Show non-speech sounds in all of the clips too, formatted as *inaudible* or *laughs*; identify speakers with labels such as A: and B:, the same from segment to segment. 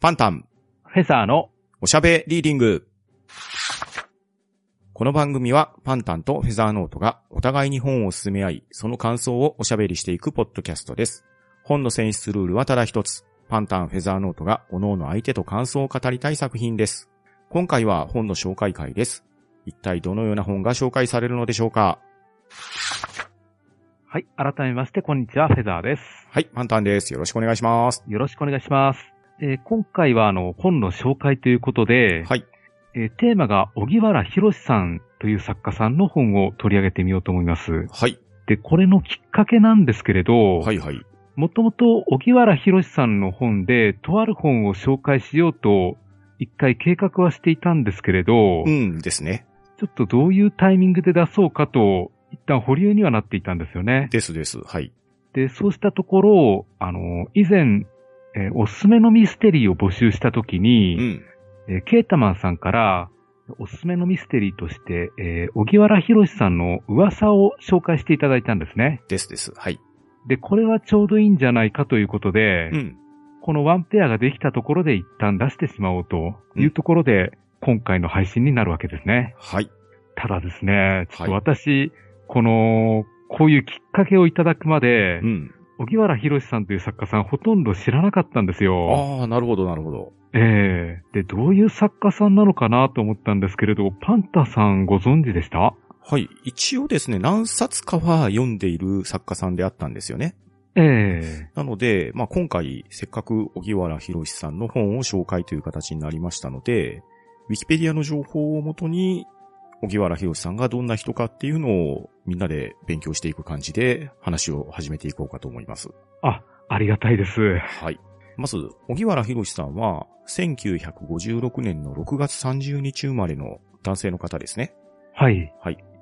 A: パンタン、
B: フェザーの、
A: おしゃべリーディング。この番組は、パンタンとフェザーノートがお互いに本を進め合い、その感想をおしゃべりしていくポッドキャストです。本の選出ルールはただ一つ。パンタン、フェザーノートが各々相手と感想を語りたい作品です。今回は本の紹介会です。一体どのような本が紹介されるのでしょうか
B: はい、改めまして、こんにちは、フェザーです。
A: はい、パンタンです。よろしくお願いします。
B: よろしくお願いします。えー今回は、あの、本の紹介ということで、
A: はい。
B: えーテーマが、小木原博さんという作家さんの本を取り上げてみようと思います。
A: はい。
B: で、これのきっかけなんですけれど、
A: はい、はい。
B: もともと小木原博さんの本で、とある本を紹介しようと、一回計画はしていたんですけれど、
A: うんですね。
B: ちょっとどういうタイミングで出そうかと、一旦保留にはなっていたんですよね。
A: ですです。はい。
B: で、そうしたところ、あの、以前、えーおすすめのミステリーを募集したとき
A: う
B: に、
A: ん。
B: えーケータマンさんから、おすすめのミステリーとして、えー小木原博さんの噂を紹介していただいたんですね。
A: ですです。はい。
B: で、これはちょうどいいんじゃないかということで、
A: うん。
B: このワンペアができたところで一旦出してしまおうというところで、今回の配信になるわけですね。
A: はい。
B: ただですね、ちょっと
A: はい
B: 私、この、こういうきっかけをいただくまで
A: う、ん。
B: 小木原博さんという作家さんほとんど知らなかったんですよ。
A: ああ、なるほど、なるほど。
B: ええで、どういう作家さんなのかなと思ったんですけれど、パンタさんご存知でした
A: はい。一応ですね、何冊かは読んでいる作家さんであったんですよね。
B: ええ
A: なので、まあ、今回、せっかく小木原博さんの本を紹介という形になりましたので、ウィキペディアの情報をもとに、小木原博さんがどんな人かっていうのをみんなで勉強していく感じで話を始めていこうかと思います。
B: ありがたいです。
A: はい。まず、小木原博さんは、1956年の6月30日生まれの男性の方ですね。
B: はい。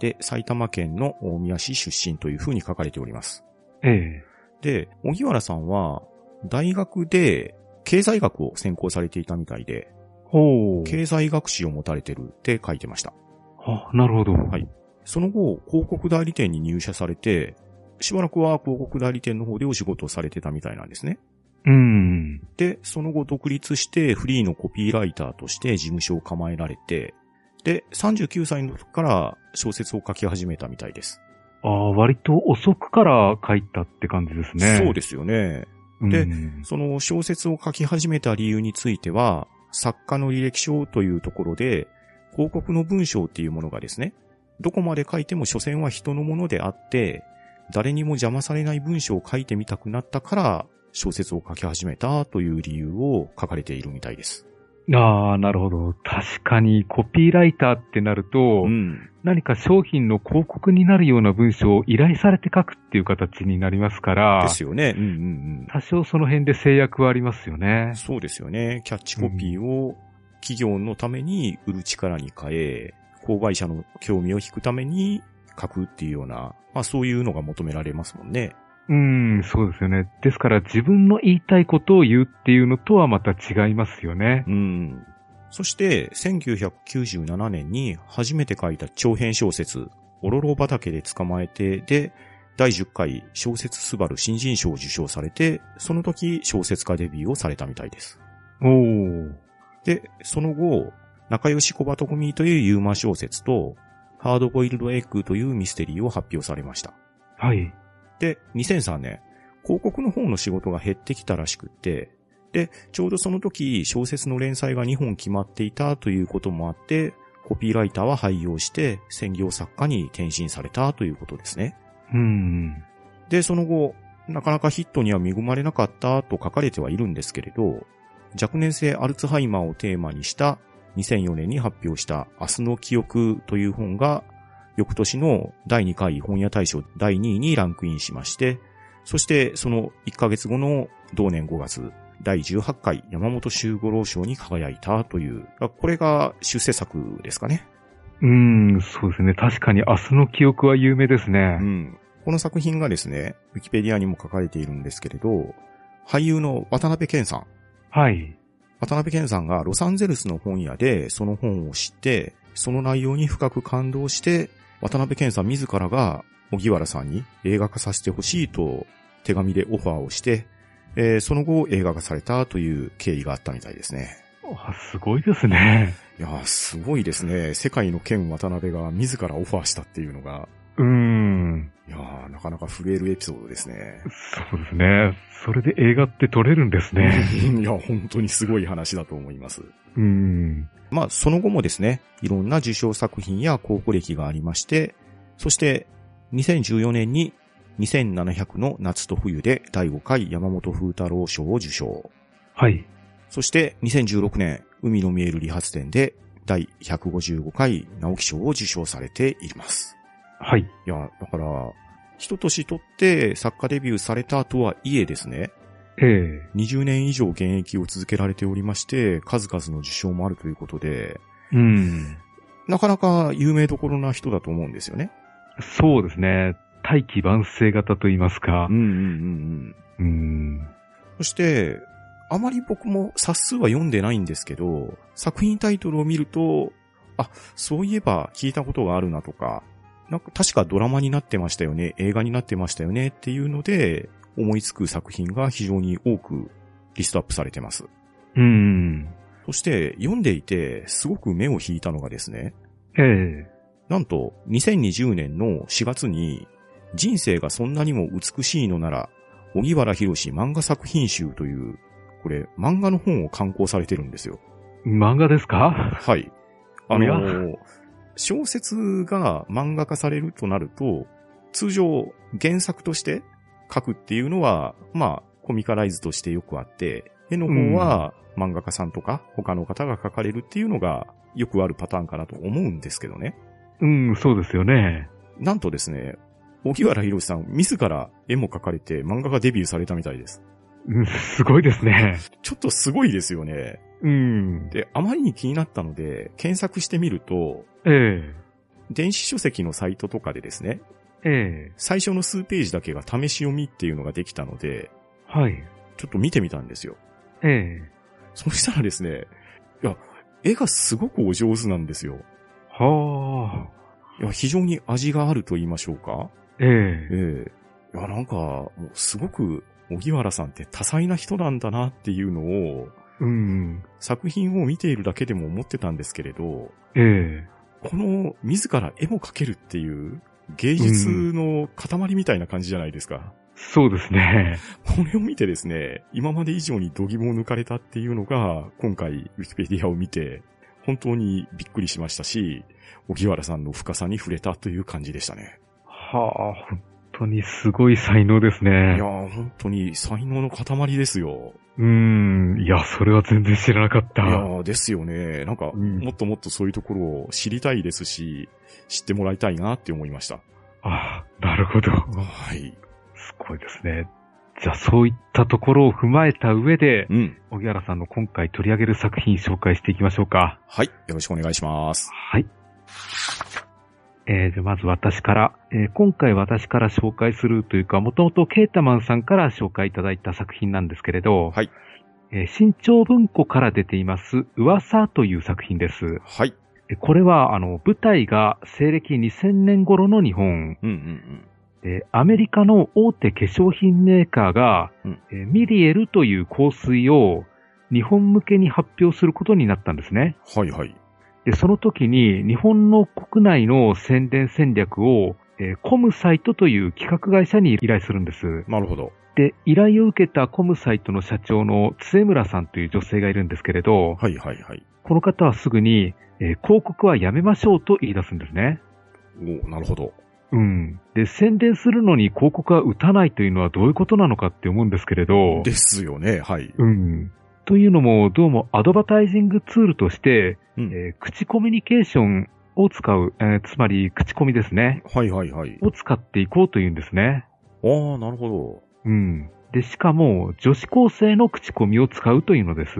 A: で、埼玉県の大宮市出身というふうに書かれております。
B: ええ
A: で、小木原さんは、大学で経済学を専攻されていたみたいで、
B: ほう。
A: 経済学士を持たれてるって書いてました。
B: あなるほど。
A: はいその後、広告代理店に入社されて、しばらくは広告代理店の方でお仕事をされてたみたいなんですね。
B: うん。
A: で、その後独立してフリーのコピーライターとして事務所を構えられて、で、39歳の時から小説を書き始めたみたいです。
B: ああ、割と遅くから書いたって感じですね。
A: そう
B: で
A: ですよね。
B: す
A: で
B: うん、
A: その小説を書き始めた理由については、作家の履歴書というところで、広告の文章っていうものがですね、どこまで書いても所詮は人のものであって、誰にも邪魔されない文章を書いてみたくなったから、小説を書き始めたという理由を書かれているみたいです。
B: ああ、なるほど。確かに、コピーライターってなると、
A: うん。
B: 何か商品の広告になるような文章を依頼されて書くっていう形になりますから
A: で、すよね。うんうんうん。
B: 多少その辺で制約はありますよね。
A: そうですよね。キャッチコピーを企業のために売る力に変え、購買者の興味を引くために書くっていうような、まあそういうのが求められますもんね。
B: うん、そうですよね。ですから自分の言いたいことを言うっていうのとはまた違いますよね。
A: うん。そして、1997年に初めて書いた長編小説、おろろ畑で捕まえてで、第10回小説スバル新人賞を受賞されて、その時小説家デビューをされたみたいです。
B: おお。
A: で、その後、仲良し小鳩組というユーマ小説と、ハードボイルドエッグというミステリーを発表されました。
B: はい。
A: で、2003年、広告の方の仕事が減ってきたらしくって、で、ちょうどその時、小説の連載が2本決まっていたということもあって、コピーライターは廃業して、専業作家に転身されたということですね。
B: うん。
A: で、その後、なかなかヒットには恵まれなかったと書かれてはいるんですけれど、若年性アルツハイマーをテーマにした2004年に発表した明日の記憶という本が、翌年の第2回本屋大賞第2位にランクインしまして、そしてその1ヶ月後の同年5月、第18回山本周五郎賞に輝いたという、これが出世作ですかね。
B: うん、そうですね。確かに明日の記憶は有名ですね
A: う。ん。この作品がですね、ウィキペディアにも書かれているんですけれど、俳優の渡辺健さん。
B: はい。
A: 渡辺健さんがロサンゼルスの本屋でその本を知って、その内容に深く感動して、渡辺健さん自らが小木原さんに映画化させてほしいと手紙でオファーをして、えーその後映画化されたという経緯があったみたいですね。
B: あすごいですね。
A: いやー、すごいですね。世界の剣渡辺が自らオファーしたっていうのが、
B: うーん。
A: いやー、なかなか震えるエピソードですね。
B: そうですね。それで映画って撮れるんですね。
A: *laughs* いや、本当にすごい話だと思います。
B: うーん。
A: まあ、その後もですね、いろんな受賞作品や候補歴がありまして、そして、2014年に2700の夏と冬で第5回山本風太郎賞を受賞。
B: はい。
A: そして、2016年、海の見える理髪店で第155回直木賞を受賞されています。
B: はい。
A: いや、だから、一年取って作家デビューされたとはいえですね、
B: ええ
A: 20年以上現役を続けられておりまして、数々の受賞もあるということで、
B: うん。
A: なかなか有名どころな人だと思うんですよね。
B: そうですね。大器晩成型と言いますか。
A: んうんうん。
B: うーん。
A: そして、あまり僕も冊数は読んでないんですけど、作品タイトルを見ると、あ、そういえば聞いたことがあるなとか、なんか確かドラマになってましたよね、映画になってましたよねっていうので、思いつく作品が非常に多くリストアップされてます。
B: うーん。
A: そして読んでいてすごく目を引いたのがですね、
B: ええ
A: なんと、2020年の4月に、人生がそんなにも美しいのなら、小木原博士漫画作品集という、これ、漫画の本を刊行されてるんですよ。
B: 漫画ですか
A: はい。あの
B: おや
A: ー、小説が漫画化されるとなると、通常原作として書くっていうのは、まあ、コミカライズとしてよくあって、絵の方は漫画家さんとか他の方が書かれるっていうのがよくあるパターンかなと思うんですけどね。
B: うん、そうですよね。
A: なんとですね、荻原博さん自ら絵も描かれて漫画がデビューされたみたいです。
B: うんすごいですね。
A: ちょっとすごいですよね。
B: うん。
A: で、あまりに気になったので、検索してみると、
B: ええ
A: 電子書籍のサイトとかでですね、
B: ええ
A: 最初の数ページだけが試し読みっていうのができたので、
B: はい。
A: ちょっと見てみたんですよ。
B: ええ
A: そしたらですね、いや、絵がすごくお上手なんですよ。
B: はあ。
A: いや、非常に味があると言いましょうか
B: ええ
A: ええいや、なんか、もうすごく、荻原さんって多彩な人なんだなっていうのを、
B: うん。
A: 作品を見ているだけでも思ってたんですけれど、
B: ええ
A: この自ら絵も描けるっていう芸術の塊みたいな感じじゃないですか。
B: そうですね。
A: これを見てですね、今まで以上に度肝を抜かれたっていうのが、今回ウィキペディアを見て、本当にびっくりしましたし、荻原さんの深さに触れたという感じでしたね。
B: はあ、本当にすごい才能です
A: いや
B: ね
A: ー、。本当に才能の塊ですよ。
B: うん。いや、それは全然知らなかっ
A: いや
B: た。
A: ーですよね。なんか、
B: うん
A: もっともっとそういうところを知りたいですし、知ってもらいたいなって思いました。
B: あなるほど。
A: はい。
B: すごいですね。じゃあ、そういったところを踏まえた上で、
A: うん。
B: 小木原さんの今回取り上げる作品紹介していきましょうか。
A: はい。よろしくお願いします。
B: はい。えー、じゃあまず私から、えー今回私から紹介するというか、もともとケータマンさんから紹介いただいた作品なんですけれど、
A: はい。
B: えー新潮文庫から出ています、噂という作品です。
A: はい。
B: えーこれは、あの、舞台が西暦2000年頃の日本、
A: うんうん
B: えーアメリカの大手化粧品メーカーが、
A: うん
B: えーミリエルという香水を日本向けに発表することになったんですね。
A: うん。はいはい。
B: で、その時に日本の国内の宣伝戦略を、えーコムサイトという企画会社に依頼するんです。
A: なるほど。
B: で、依頼を受けたコムサイトの社長の杖村さんという女性がいるんですけれど、
A: はいはいはい。
B: この方はすぐに、えー広告はやめましょうと言い出すんですね。
A: おーなるほど。
B: うん。で、宣伝するのに広告は打たないというのはどういうことなのかって思うんですけれど、
A: ですよね。はい。
B: うん。というのも、どうもアドバタイジングツールとして、
A: うん
B: えー口コミュニケーションを使う、えーつまり口コミですね。
A: はいはいはい。
B: を使っていこうというんですね。
A: あー、なるほ
B: うん。で、しかも、女子高生の口コミを使うというのです。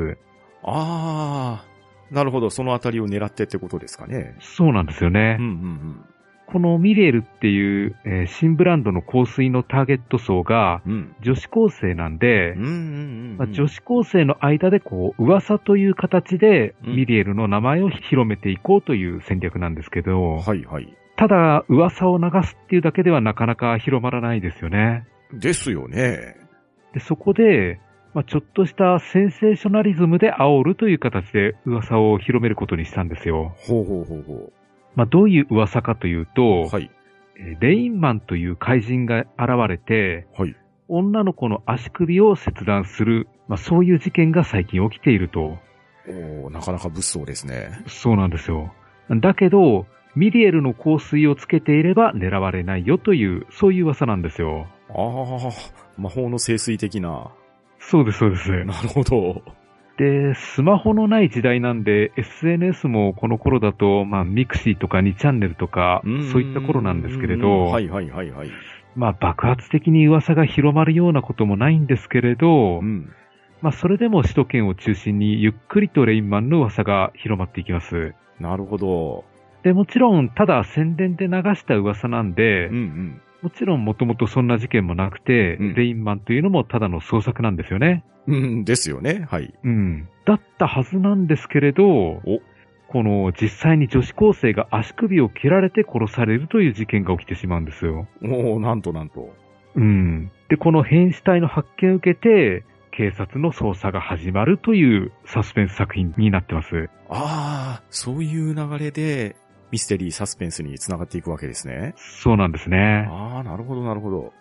A: ど。あー、なるほど。そのあたりを狙ってってことですかね。
B: そうなんですよね。
A: うんうん
B: このミレールっていう、えー新ブランドの香水のターゲット層が
A: うん。うん。
B: 女子高生なんで
A: うん、うんうんう
B: まあ
A: ん。
B: 女子高生の間でこう、噂という形で、
A: うん
B: ミリエルの名前を広めていこうという戦略なんですけど、
A: はいはい。
B: ただ、噂を流すっていうだけではなかなか広まらないですよね。
A: ですよね。
B: でそこで、まあ、ちょっとしたセンセーショナリズムで煽るという形で噂を広めることにしたんですよ。
A: ほうほうほうほ
B: まあ、どういう噂かという
A: う。
B: と、
A: はい。
B: えーレインマンという怪人が現れて、
A: はい
B: 女の子の足首を切断する、まあ、そういう事件が最近起きていると。
A: おーなかなか物騒ですね。
B: そうなんですよ。だけど、ミリエルの香水をつけていれば狙われないよという、そういう噂なんですよ。
A: ああ、魔法の聖水的な。
B: そうです、そうです。
A: なるほど。
B: で、スマホのない時代なんで、SNS もこの頃だと、まあ、ミクシーとか2チャンネルとか、そういった頃なんですけれど、
A: はいはいはいはい。
B: まあ、爆発的に噂が広まるようなこともないんですけれど、
A: うん。
B: まあ、それでも首都圏を中心にゆっくりとレインマンの噂が広まっていきます。
A: なるほど。
B: で、もちろん、ただ宣伝で流した噂なんで、
A: うんうん。
B: もちろんもともとそんな事件もなくて、
A: うん
B: レインマンというのもただの創作なんですよね。
A: うん、ですよね。はい。
B: うん。だったはずなんですけれど、この実際に女子高生が足首を切られて殺されるという事件が起きてしまうんですよ。
A: おおなんとなんと。
B: うん。で、この変死体の発見を受けて、警察の捜査が始まるというサスペンス作品になってます。
A: ああ、そういう流れで、ミステリー、サスペンスに繋がっていくわけですね。
B: そうなんですね。
A: ああ、なるほど、なるほど。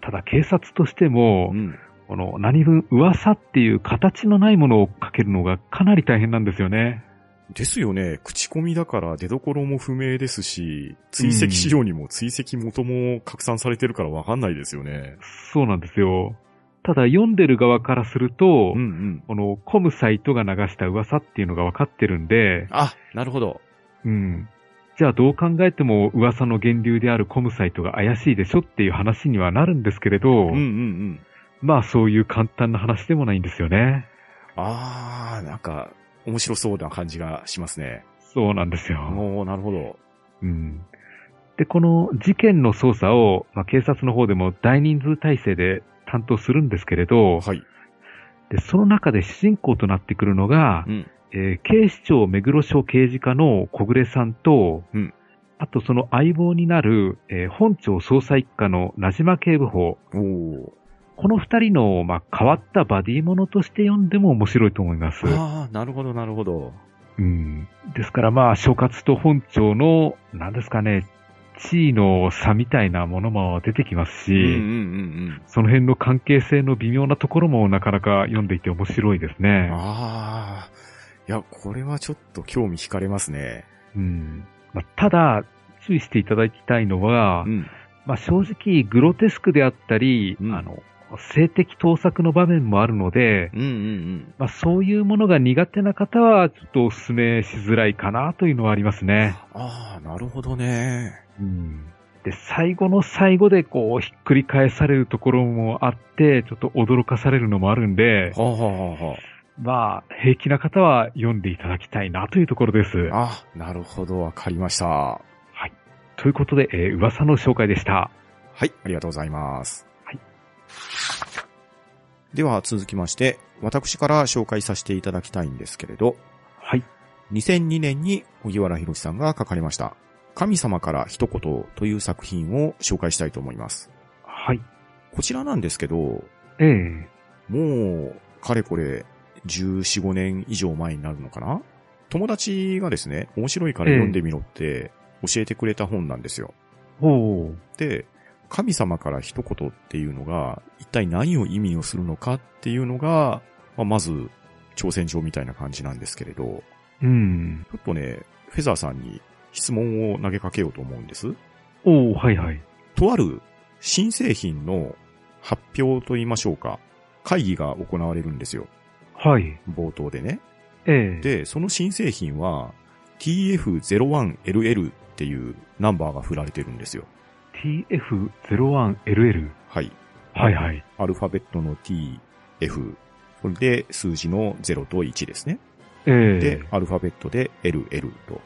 B: ただ警察としても、
A: うん。
B: この何分噂っていう形のないものをかけるのがかなり大変なんですよね。
A: ですよね。口コミだから出所も不明ですし、追跡資料にも追跡元も拡散されてるからわかんないですよね。
B: そうなんですよ。ただ読んでる側からすると、
A: うんうん。
B: このコムサイトが流した噂っていうのが分かってるんで、
A: あ、なるほど。
B: うん。じゃあどう考えても噂の源流であるコムサイトが怪しいでしょっていう話にはなるんですけれど、
A: うんうんうん。
B: まあそういう簡単な話でもないんですよね。
A: ああ、なんか、面白そうな感じがしますね。
B: そうなんですよ。
A: おおなるほど。
B: うん。で、この事件の捜査を、まあ、警察の方でも大人数体制で担当するんですけれど、
A: はい。
B: でその中で主人公となってくるのが、
A: うん。
B: えー警視庁目黒署刑事課の小暮さんと、
A: うん
B: あとその相棒になる、えー本庁捜査一課の名島警部補、
A: おお
B: この二人の、まあ、変わったバディものとして読んでも面白いと思います。
A: ああ、なるほど、なるほど。
B: うん、ですからまあ、所轄と本庁の、なんですかね、地位の差みたいなものも出てきますし、
A: うんうんうん
B: その辺の関係性の微妙なところもなかなか読んでいて面白いです
A: うん。
B: ね。
A: ああ、いや、これはちょっと興味惹かれますね。
B: うんまあ、ただ、注意していただきたいのは、
A: ん。
B: まあ、正直、グロテスクであったり、
A: うん
B: あの性的盗作の場面もあるので、
A: うんうんうん。
B: まあ、そういうものが苦手な方は、ちょっとお勧めしづらいかなというのはありますね。
A: ああ、なるほどね。
B: うん、で最後の最後でこうひっくり返されるところもあって、ちょっと驚かされるのもあるんで、
A: はあ、はあは
B: まあ、平気な方は読んでいただきたいなというところです。
A: あはあ、あ、なるほど、わかりました。は
B: ということで、えー噂の紹介でした。
A: い、ありがとうございます。
B: はい。
A: では続きまして、私から紹介させていただきたいんですけれど、
B: はい。
A: 2002年に荻原博さんが書かれました、神様から一言という作品を紹介したいと思います。
B: はい。
A: こちらなんですけど、
B: ええ
A: もう、かれこれ、14、5年以上前になるのかな友達がですね、面白いから読んでみろって教えてくれた本なんですよ。
B: ほう。
A: で、神様から一言っていうのが、一体何を意味をするのかっていうのが、まあ、まず、挑戦状みたいな感じなんですけれど、
B: うん。
A: ちょっとね、フェザーさんに質問を投げかけようと思うんです。
B: おおはいはい。
A: とある新製品の発表と言いましょうか、会議が行われるんですよ。
B: はい。
A: 冒頭でね。
B: ええ
A: で、その新製品は TF01LL っていうナンバーが振られてるんですよ。
B: TF01LL。
A: はい。
B: はいはい。
A: アルファベットの T、F、それで数字の0と1ですね。
B: ええ
A: で、アルファベットで LL と。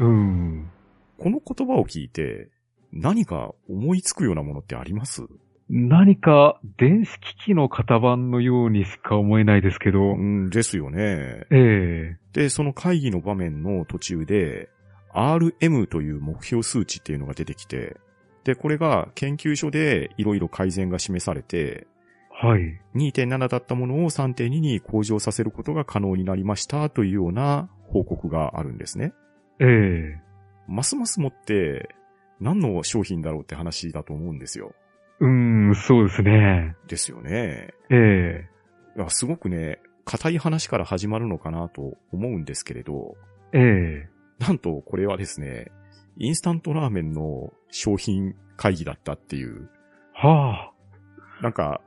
B: うん。
A: この言葉を聞いて、何か思いつくようなものってあります
B: 何か電子機器の型番のようにしか思えないですけど、
A: うん、ですよね。
B: ええ
A: で、その会議の場面の途中で、RM という目標数値っていうのが出てきて、で、これが研究所でいろいろ改善が示されて、
B: はい。
A: 2.7だったものを3.2に向上させることが可能になりましたというような報告があるんですね。
B: ええ
A: ますますもって何の商品だろうって話だと思うんですよ。
B: うーん、そうですね。
A: ですよね。
B: ええ
A: いやすごくね、硬い話から始まるのかなと思うんですけれど、
B: ええ
A: なんとこれはですね、インスタントラーメンの商品会議だったっていう、
B: はあ。
A: なんか、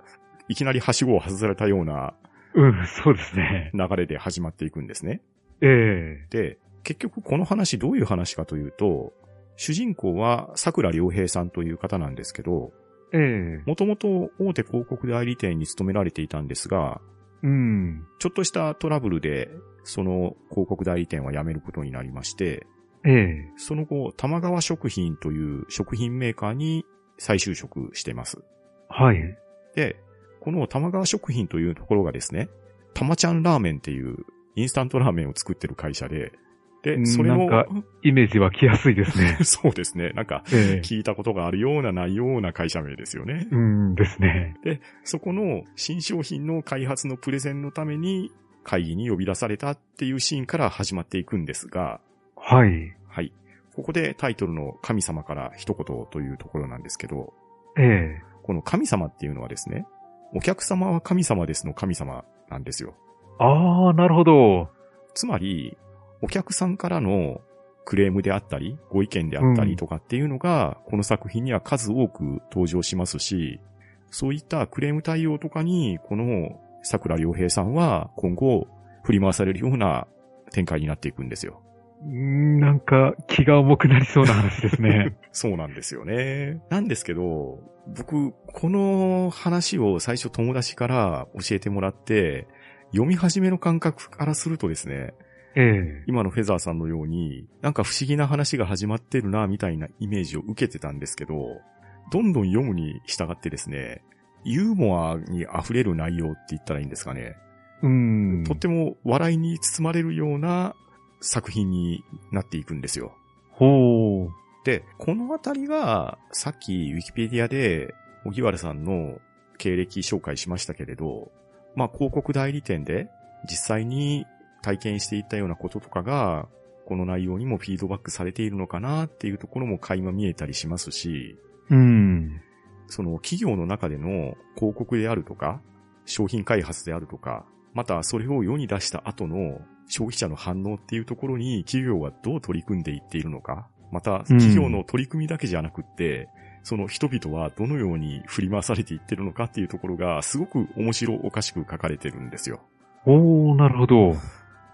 A: いきなりはしごを外されたような
B: うん、そうですね。
A: 流れで始まっていくんですね。
B: ええ
A: で、結局この話どういう話かというと、主人公は桜良平さんという方なんですけど、
B: ええ
A: もともと大手広告代理店に勤められていたんですが、
B: うん。
A: ちょっとしたトラブルで、その広告代理店は辞めることになりまして、
B: ええ
A: その後、玉川食品という食品メーカーに再就職してます。
B: はい。
A: で、この玉川食品というところがですね、玉ちゃんラーメンっていうインスタントラーメンを作ってる会社で、
B: う
A: で、
B: ん
A: それも、。
B: なんイメージ湧きやすいですね
A: *laughs* そうですね、なんか、
B: ええ
A: 聞いたことがあるようなないような会社名ですよね。
B: うんですね。
A: そこの新商品の開発のプレゼンのために会議に呼び出されたっていうシーンから始まっていくんですが、
B: はい。
A: はい。ここでタイトルの神様から一言というところなんですけど、
B: ええ
A: この神様っていうのはですね、お客様は神様ですの神様なんですよ。
B: ああ、なるほど。
A: つまり、お客さんからのクレームであったり、ご意見であった
B: う
A: り
B: ん
A: とかっていうのが、この作品には数多く登場しますし、そういったクレーム対応とかに、この桜良平さんは今後振り回されるような展開になっていくんですよ。
B: うんなんか気が重くなりそうな話で
A: *laughs*
B: すね。
A: そうなんですよね。なんですけど、僕、この話を最初友達から教えてもらって、読み始めの感覚からするとですね、
B: ええ
A: 今のフェザーさんのように、なんか不思議な話が始まってるな、みたいなイメージを受けてたんですけど、どんどん読むに従ってですね、ユーモアに溢れる内容って言ったらいいんですかね。
B: うん。
A: とっても笑いに包まれるような作品になっていくんですよ。
B: ほう。
A: で、このあたりが、さっきウィキペディアで、荻原さんの経歴紹介しましたけれど、まあ広告代理店で実際に体験していったようなこととかが、この内容にもフィードバックされているのかなっていうところも垣間見えたりしますし、
B: うん。
A: その企業の中での広告であるとか、商品開発であるとか、またそれを世に出した後の消費者の反応っていうところに企業はどう取り組んでいっているのか、また企業の取り組みだけじゃなくって、その人々はどのように振り回されていってるのかっていうところがすごく面白おかしく書かれてるんですよ。
B: おー、なるほど。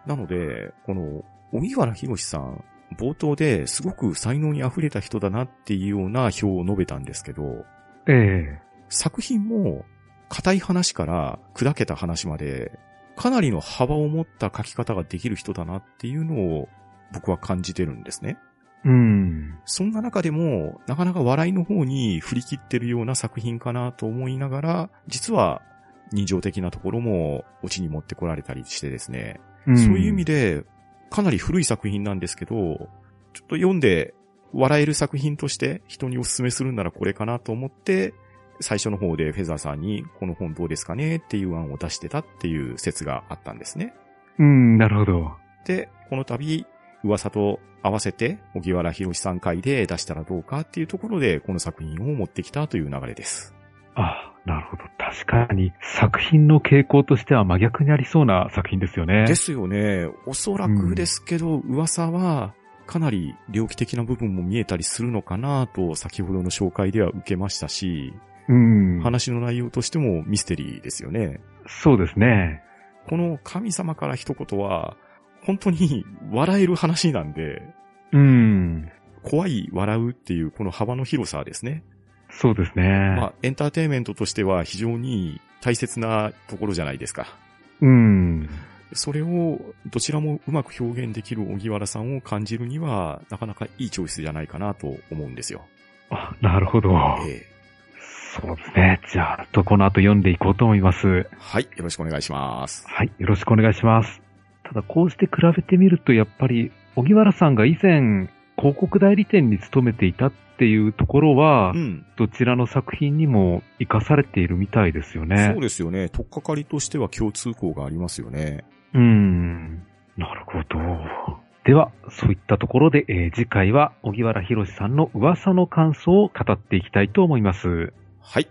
A: なので、この、荻原博さん、冒頭ですごく才能に溢れた人だなっていうような表を述べたんですけど、
B: ええ
A: 作品も、硬い話から砕けた話まで、かなりの幅を持った書き方ができる人だなっていうのを僕は感じてるんですね。
B: うん。
A: そんな中でも、なかなか笑いの方に振り切ってるような作品かなと思いながら、実は人情的なところもオチに持ってこられたりしてですね。
B: うん
A: そういう意味。で、かなり古い作品なんですけど、ちょっと読んで笑える作品として人にお勧めするならこれかなと思って、最初の方でフェザーさんにこの本どうですかねっていう案を出してたっていう説があったんですね。
B: うん、なるほど。
A: で、この度、噂と合わせて、荻原博さん会で出したらどうかっていうところで、この作品を持ってきたという流れです。
B: あ、なるほど。確かに、作品の傾向としては真逆にありそうな作品ですよね。
A: ですよね。おそらくですけど、噂はかなり猟奇的な部分も見えたりするのかなと、先ほどの紹介では受けましたし、
B: うん。
A: 話の内容としてもミステリーですよね。
B: そうですね。
A: この神様から一言は、本当に笑える話なんで、
B: うん。
A: 怖い笑うっていうこの幅の広さですね。
B: そうですね。
A: まあ、エンターテインメントとしては非常に大切なところじゃないですか。
B: うん。
A: それをどちらもうまく表現できる荻原さんを感じるには、なかなかいいチョイスじゃないかなと思うんですよ。
B: あ、なるほど。
A: え
B: そうですね。じゃあ、とこの後読んでいこうと思います
A: え。はい、よろしくお願いします。
B: はい。よろしくお願いします。ただ、こうして比べてみると、やっぱり、小木原さんが以前、広告代理店に勤めていたっていうところは、
A: うん。
B: どちらの作品にも活かされているみたいですよね。
A: そうですよね。とっかかりとしては共通項がありますよね。
B: うーん。なるほど。では、そういったところで、えー次回は、小木原博さんの噂の感想を語っていきたいと思います。
A: はい。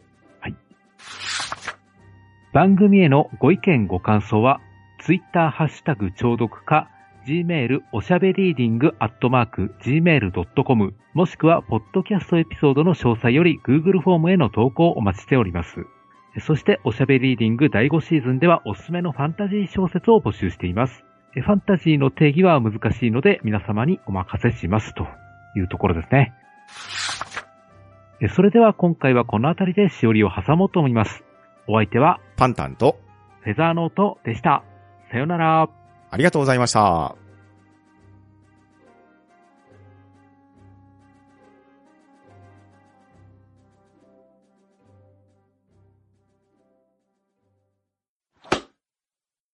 B: 番組へのご意見ご感想は、Twitter ハッシュタグ聴読か、gmail おしゃべりーディングアットマーク gmail.com もしくは、ポッドキャストエピソードの詳細より Google フォームへの投稿をお待ちしております。そして、おしゃべりーディング第5シーズンではおすすめのファンタジー小説を募集しています。えファンタジーの定義は難しいので皆様にお任せしますというところですね。えそれでは今回はこの辺りでしおりを挟もうと思います。お相手は
A: パンタンと、
B: フェザーノートでした。さよなら。
A: ありがとうございました。